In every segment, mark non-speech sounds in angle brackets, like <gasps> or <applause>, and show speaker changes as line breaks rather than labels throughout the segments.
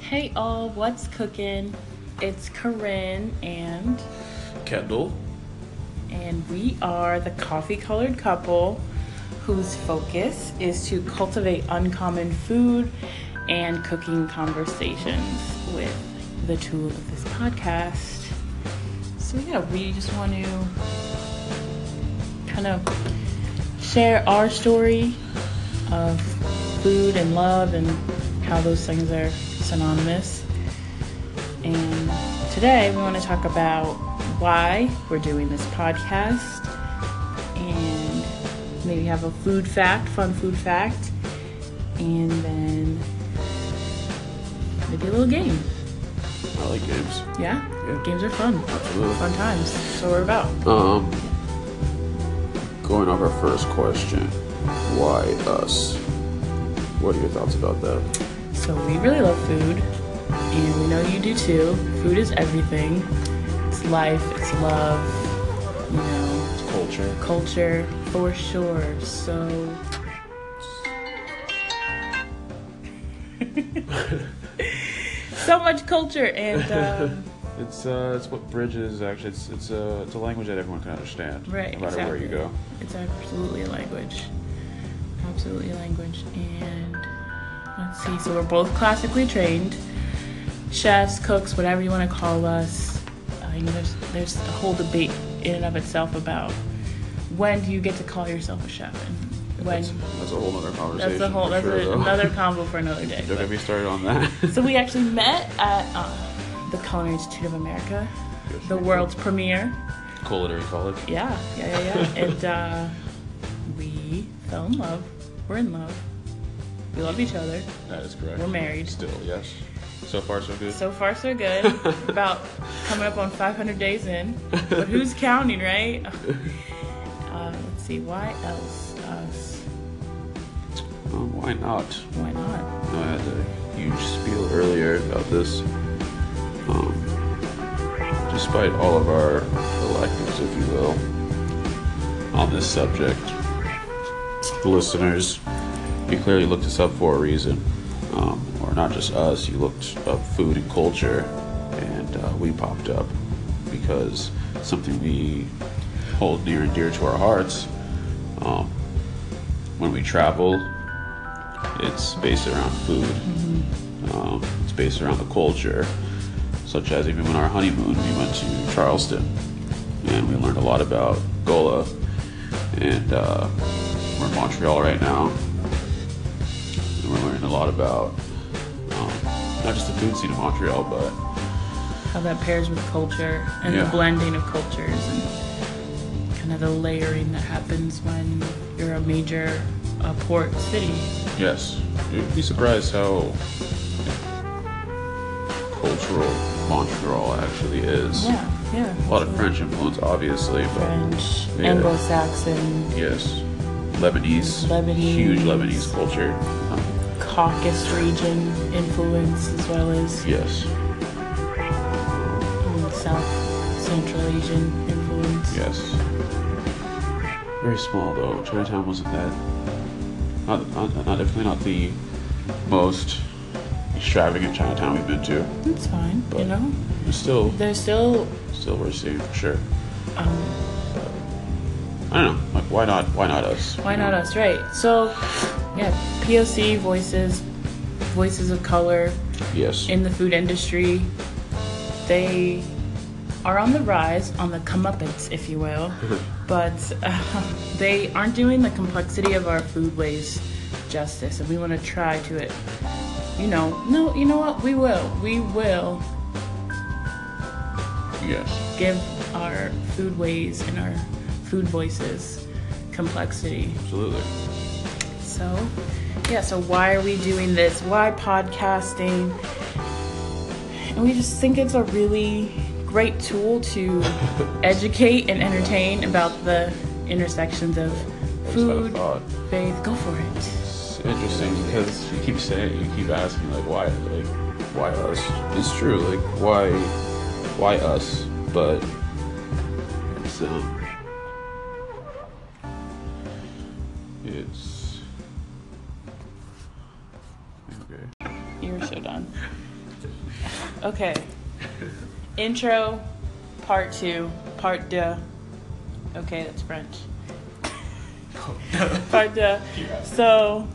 Hey all, what's cooking? It's Corinne and
Kendall.
and we are the coffee colored couple whose focus is to cultivate uncommon food and cooking conversations with the tool of this podcast. So yeah, we just want to kind of share our story of food and love and how those things are synonymous. And today we want to talk about why we're doing this podcast and maybe have a food fact, fun food fact, and then maybe a little game.
I like games.
Yeah?
Yeah.
Games are fun.
Absolutely.
Fun times. So we're about.
Um, going off our first question, why us? What are your thoughts about that?
So we really love food, and we know you do too. Food is everything. It's life, it's love, you know,
Culture.
culture for sure. So <laughs> so much culture
<laughs>
and um,
It's uh, it's what bridges actually. It's it's a it's a language that everyone can understand.
Right,
No matter where you go.
it's absolutely a language. Absolutely a language. And let's see. So we're both classically trained chefs, cooks, whatever you want to call us. I know there's there's a whole debate in and of itself about when do you get to call yourself a chef and when.
That's, that's a whole other conversation.
That's a whole.
for
That's
sure,
a,
though. <laughs>
another combo for another day.
Don't
but-
get me started on that.
So we actually met at uh, the Culinary Institute of America, the world's premiere.
culinary college.
Yeah, yeah, yeah, yeah. and uh, we fell in love. We're in love. We love each other.
That is correct.
We're married.
Still, yes. So far, so good.
So far, so good.
<laughs>
About coming up on 500 days in, but who's counting, right?
<laughs>
Uh, let's see. Why else? Us?
um, why not?
Why not?
I had a huge spiel earlier about this. Um, despite all of our electives, if you will, on this subject, listeners, you clearly looked us up for a reason. Um, or not just us, you looked up food and culture, and uh, we popped up because something we hold near and dear to our hearts. Um, when we travel, it's based around food. Um, it's based around the culture, such as even on our honeymoon, we went to Charleston, and we learned a lot about Gola. And uh, we're in Montreal right now, and we're learning a lot about um, not just the food scene in Montreal, but
How that pairs with culture and the
Yeah.
blending of cultures and kind of the layering that happens when you're a major uh, port city.
Yes, you'd be surprised how cultural Montreal actually is.
Yeah, yeah.
A lot of French influence, obviously, but
French,
Yeah.
Anglo-Saxon,
yes, Lebanese,
Lebanese.
huge Lebanese culture. Um,
Caucasus region influence as well as
yes,
um, South Central Asian influence.
yes. Very small though. Chinatown wasn't that. Not, not, not definitely not the most extravagant Chinatown we've been to.
That's fine, you
But-
know.
It's still,
There's still
still worth seeing for sure.
um,
I don't know. Like, why not? Why not us?
Why
You
not
know?
us? Right. So, yeah, POC voices, voices of color
Yes.
in the food industry, they are on the rise, on the comeuppance, if you will, but uh, <laughs> they aren't doing the complexity of our food ways justice, and we want to try to it. You know, no, you know what? We will. We will
yes.
give our food ways and our food voices complexity.
Absolutely.
So, yeah, so why are we doing this? Why podcasting? And we just think it's a really great tool
<laughs>
to educate and entertain about the intersections of
I just had a
food,
thought.
faith. Go for it.
It's interesting because you keep saying, you keep asking, like, why, like, why us? It's true. Like, why, why us? But it's um, it's okay.
You're so done.
<laughs>
Okay. Intro, part two, part deux. Okay, that's French. part deux. uh, So,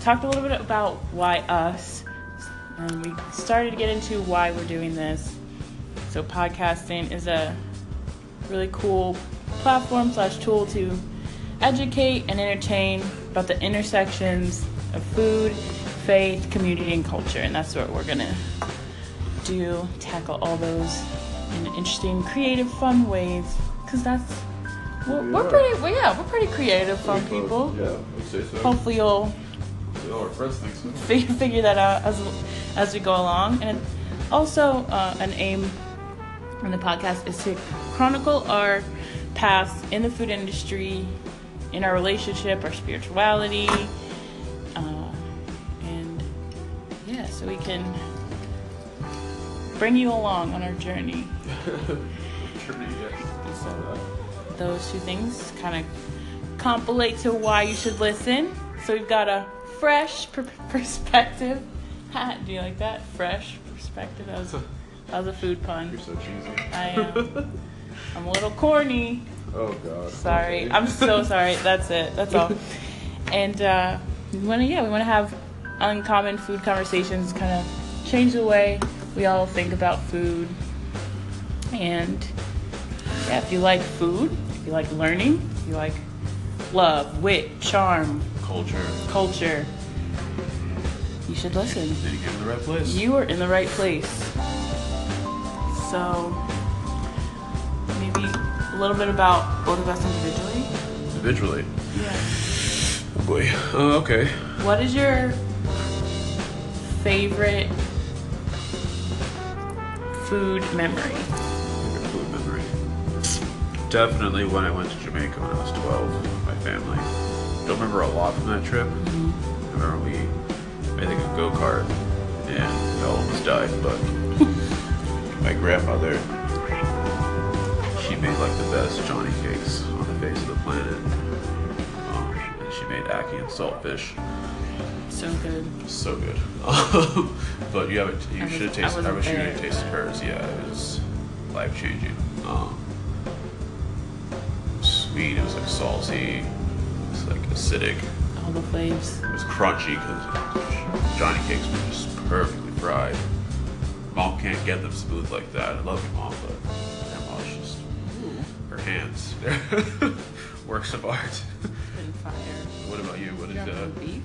talked a little bit about why us. And we started to get into why we're doing this. So, podcasting is a really cool platform slash tool to educate and entertain about the intersections of food, faith, community, and culture. And that's what we're going to do tackle all those in interesting, creative, fun ways. Because that's we're,
We
we're
are.
pretty, well, yeah, we're pretty creative, fun
We both-
people.
Yeah, I'd say so.
Hopefully, you'll <laughs>
Yeah, our friends think so.
figure, figure that out as as we go along. And it's also uh, an aim in the podcast is to chronicle our past in the food industry, in our relationship, our spirituality, uh, and yeah, so we can bring you along on our journey.
Pretty, yeah. It's not that.
Those two things kind of compilate to why you should listen. So we've got a fresh <laughs> per- perspective. <laughs> Ha, Do you like that? Fresh perspective. That was, that was a food
You're
pun.
so cheesy.
I am. I'm a little corny.
Oh god.
Sorry.
Okay.
I'm so sorry. That's it. That's all. And uh, we want to, yeah, we want to have uncommon food conversations, kind of change the way we all think about food. And yeah, if you like food, if you like learning, if you like love, wit, charm,
Culture.
culture, you should listen.
Did you get in the right place?
You are in the right place. So, maybe a little bit about both of us individually.
Individually.
Yeah.
Oh boy. Uh, okay.
What is your favorite food memory?
Favorite food memory. Definitely when I went to Jamaica when I was 12 with my family. Don't remember a lot from that trip. I remember we made like a go kart and we all almost died, but my grandmother, she made like the best Johnny cakes on the face of the planet. Um, and she made ackee and saltfish.
So good.
So good. <laughs> but you haven't. You
I
should have
was- I
tasted. I,
wasn't
wish you
there,
would have tasted
but-
hers. Yeah, it was life changing. Um, sweet. It was like salty. It was like acidic.
All the flavors.
It was crunchy because Johnny cakes were just perfectly fried. Mom can't get them smooth like that. I love you, mom, but grandma's just her hands. <laughs> They're works of art. <laughs>
Been fire.
What about you? What is
Drunk
uh? <laughs>
on beef.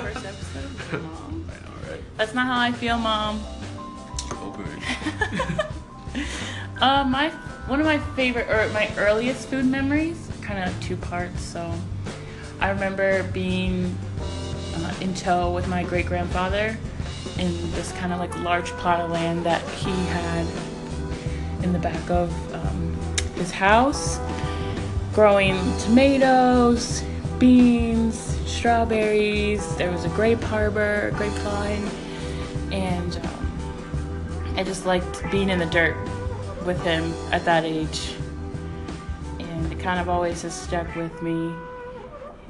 First episode. Mom.
I know, right?
That's not how I feel, mom.
Open.
Uh, my one of my favorite or my earliest food memories, kind of two parts. So, I remember being uh, in tow with my great grandfather in this kind of like large plot of land that he had in the back of um, his house, growing tomatoes, beans, strawberries. There was a grape harbor, grapevine, and. Um, I just liked being in the dirt with him at that age. And it kind of always has stuck with me.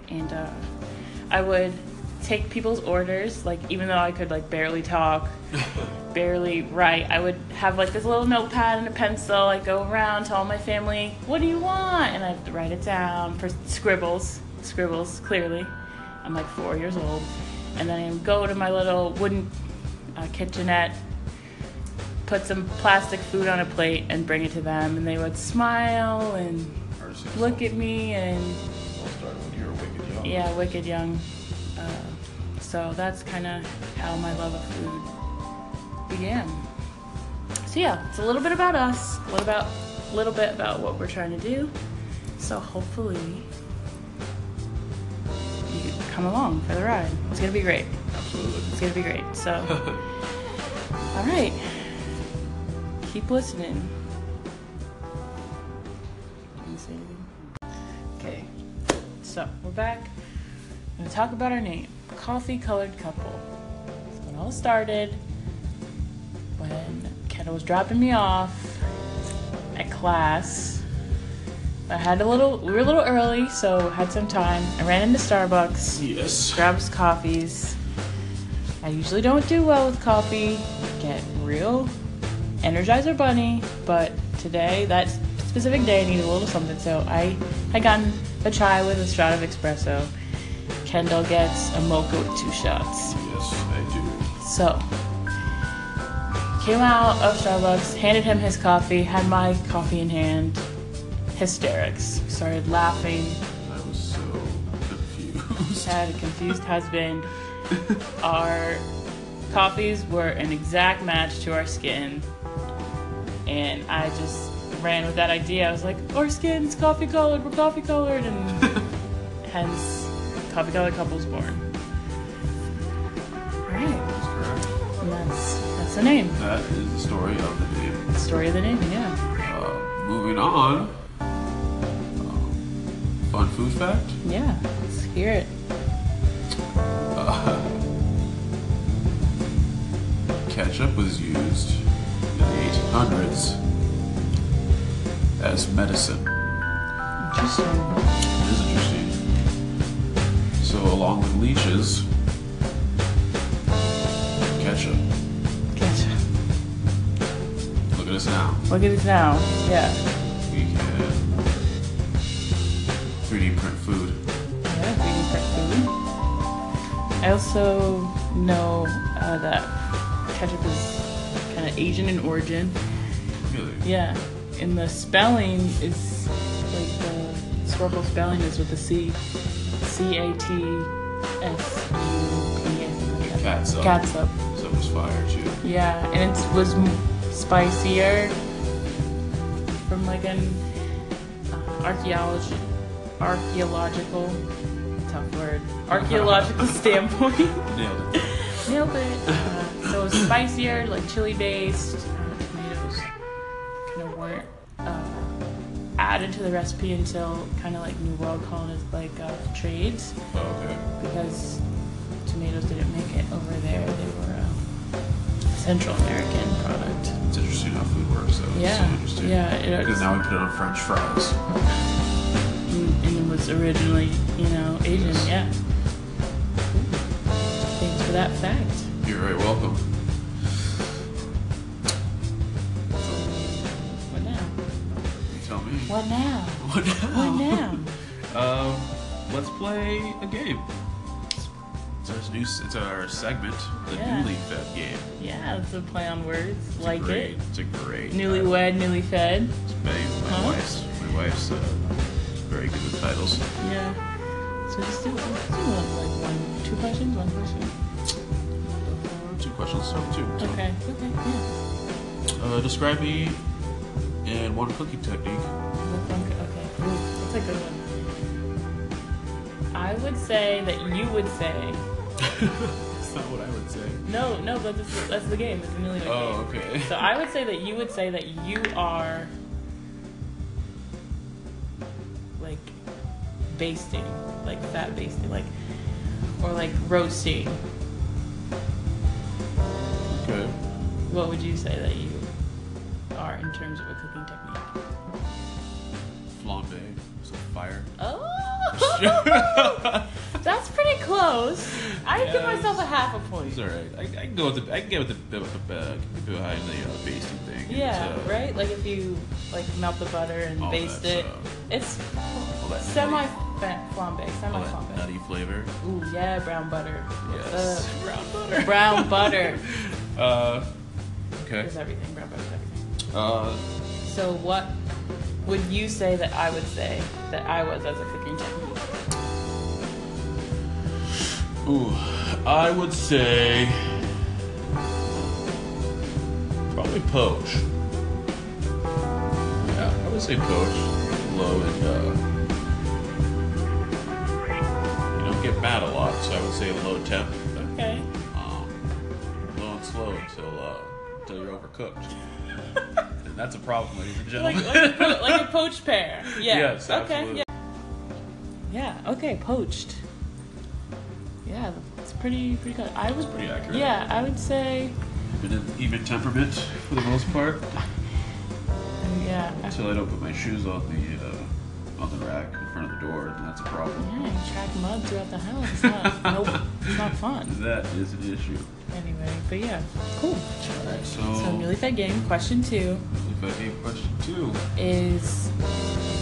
And uh, I would take people's orders, like even though I could like barely talk, barely write, I would have like this little notepad and a pencil. I'd go around, tell my family, what do you want? And I'd write it down for scribbles, scribbles, clearly. I'm like four years old. And then I'd go to my little wooden uh, kitchenette put some plastic food on a plate and bring it to them, and they would smile and look at me and
I'll start when you were wicked young.
yeah, wicked young. Uh, so that's kind of how my love of food began. So yeah, it's a little bit about us, a little about a little bit about what we're trying to do. So hopefully you come along for the ride. It's gonna be great.
Absolutely.
It's gonna be great. So, all right, keep listening. Didn't say anything. Okay, so we're back. We're gonna talk about our name, Coffee Colored Couple. It's when it all started. When Kendall was dropping me off at class. I had a little. We were a little early, so had some time. I ran into Starbucks
Yes.
grabs coffees. I I usually don't do well with coffee. Get real Energizer Bunny, but today, that s- specific day, I needed a little something, so I had gotten a chai with a shot of espresso. Kendall gets a mocha with two shots.
Yes, I do.
So, came out of Starbucks, handed him his coffee, had my coffee in hand, hysterics, started laughing,
I was so confused. <laughs>
had a confused husband. Our coffees were an exact match to our skin, and I just ran with that idea. I was like, our skin's coffee colored, we're coffee colored, and hence, coffee colored couples born. All right,
That's correct.
and that's that's the name.
That is the story of the name.
Story of the name, yeah.
Uh, moving on. Um, fun food fact.
Yeah. Let's hear it.
Ketchup was used in the 1800s as medicine.
Interesting.
It is interesting. So, along with leeches, ketchup.
Gotcha.
Look at us now.
Look at this now. Yeah.
We can 3D print food.
Yeah, really impressive. I also know uh, that ketchup is kind of Asian in origin.
Really?
Yeah. And the spelling is like the historical spelling is with the C. C A T S U P.
Like catsup.
Catsup.
So it was fire too.
Yeah, and it was m- spicier from like an uh, archaeology, archaeological, tough word, <laughs> archaeological standpoint.
Nailed it.
Nailed it. Uh, so it was spicier, like chili based. Uh, tomatoes kind of weren't uh, added to the recipe until kind of like New World colonies, like uh, trades,
Oh, Okay.
because tomatoes didn't make it over there. They were um, a Central American product.
It's interesting how food works though. It's so
Yeah,
interesting.
yeah, it
Because
is.
now we put it on French fries.
Mm, and, and it was originally, you know, Asian.
Yes.
Yeah. Thanks for that fact.
You're very welcome.
What now?
You tell me.
What now?
<laughs> What
<gasps> What <laughs> now?
Um, let's play a game. It's our new. It's our segment, the
Yeah.
newly fed game.
yeah, it's a play on words.
It's a
like
great,
it.
It's a great.
Newly
title.
wed, newly fed.
It's my, my
Huh?
wife's. My wife's uh, very good with titles.
Yeah. So just do, just do like one, two questions, one question.
Two questions. So two. so,
Okay. Okay. Yeah.
Uh, describe me in one cooking <laughs> technique.
That's one good- Okay. Ooh, That's a good one. I would say that you would say
That's not what I would say.
No, no, but that's, that's the game. It's a newlywed
Oh,
game.
okay.
So I would say that you would say that you are like basting, like fat basting, like or like roasting.
Okay.
What would you say that you are in terms of a cooking
<laughs>
technique?
Flambe. Some <laughs> fire.
Oh, <laughs> that's pretty close. I give
Yes.
myself a half a point.
It's all right. I, I can go with the. I can get with the with the uh, behind the uh, basting thing.
Yeah,
It's, uh,
right. Like if you like melt the butter and
All
baste
that
it,
stuff.
it's
All that
semi
nutty-
flambe,
all
semi
that
flambe.
nutty flavor.
Ooh yeah, brown butter. What's
Yes.
up?
Brown butter.
Uh, Brown butter
<laughs> Uh, okay.
is everything. Brown butter is everything.
Uh,
So what would you say that I would say that I was as a cooking technique?
ooh, I would say probably poach. Yeah, I would say poach. Low and uh, you don't get mad a lot, so I would say low temp.
Okay.
Um, low and slow until uh, until you're overcooked. and that's a problem, ladies and
Like
gentlemen.
like a, po-
<laughs>
like a poached pear. Yeah.
Yes,
Okay.
absolutely.
Yeah. Yeah. Okay. Poached. Yeah, it's pretty pretty good. I was
pretty accurate.
Yeah, I would say.
Been an even temperament for the most part.
Yeah. I
Until I don't put my shoes on the uh, on the rack in front of the door, then that's a problem.
Yeah, you track mud throughout the house. It's
<laughs>
not, nope, it's not fun.
That is an issue.
Anyway, but yeah, cool.
Alright, so,
So, really fed game. Question two
If I gave question two,
is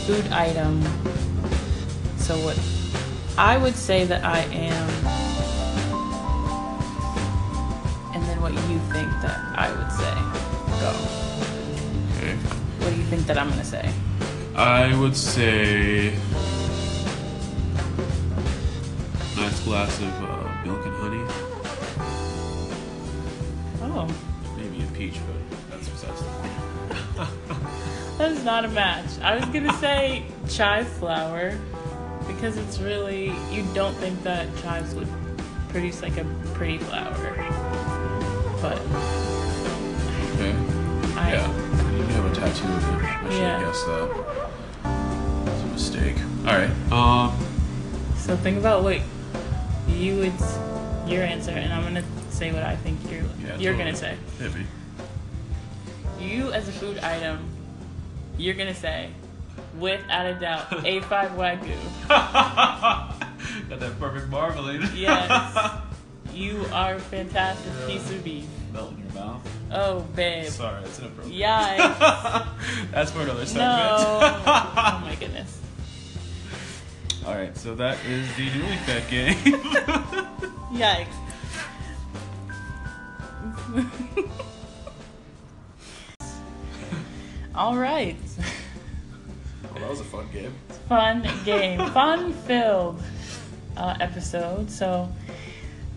food item. So what? I would say that I am, and then what you think that I would say. Go.
okay,
What do you think that I'm gonna say?
I would say nice glass of uh, milk and honey,
Oh,
maybe a peach, but that's besides the point.
that is not a match. I was gonna say chive flour because it's really you don't think that chives would produce like a pretty flour, but
Okay.
I.
Yeah. You do have a tattoo. of it. I should
Yeah.
have guessed that. It's a mistake. All right. Um.
So think about what you would s- your answer, and I'm gonna say what I think you're
Yeah,
you're
totally.
gonna say.
Hit me.
You as a food item, you're gonna say, without a
<laughs>
doubt, A5
<laughs>
Wagyu.
Got that perfect marmalade.
Yes. You are a fantastic piece of beef.
<laughs> Melt in your mouth.
Oh babe.
Sorry, that's inappropriate.
Yikes.
<laughs> that's for another segment.
No. oh my goodness.
<laughs> All right. So that is the newly fed
<laughs>
game.
Yikes. All right.
well, that was a fun game.
fun game, fun filled uh, episode. So,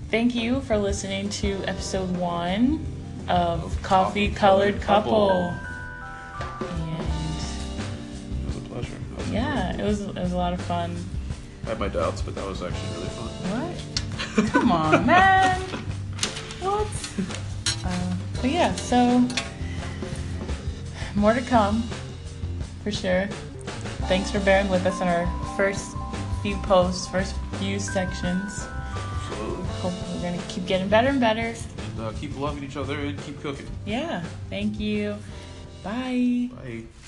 thank you for listening to episode one of
Of
Coffee
Coffee
Colored
Colored Couple.
Couple. And
It was a pleasure. That was
yeah, it was it was a lot of fun.
I had my doubts, but that was actually really fun.
What? Come on, man. What? Uh, but yeah, so more to come for sure. Thanks for bearing with us on our first few posts, first few sections.
Absolutely.
Hope we're gonna keep getting better and better.
And uh, keep loving each other and keep cooking.
Yeah. Thank you. Bye.
Bye.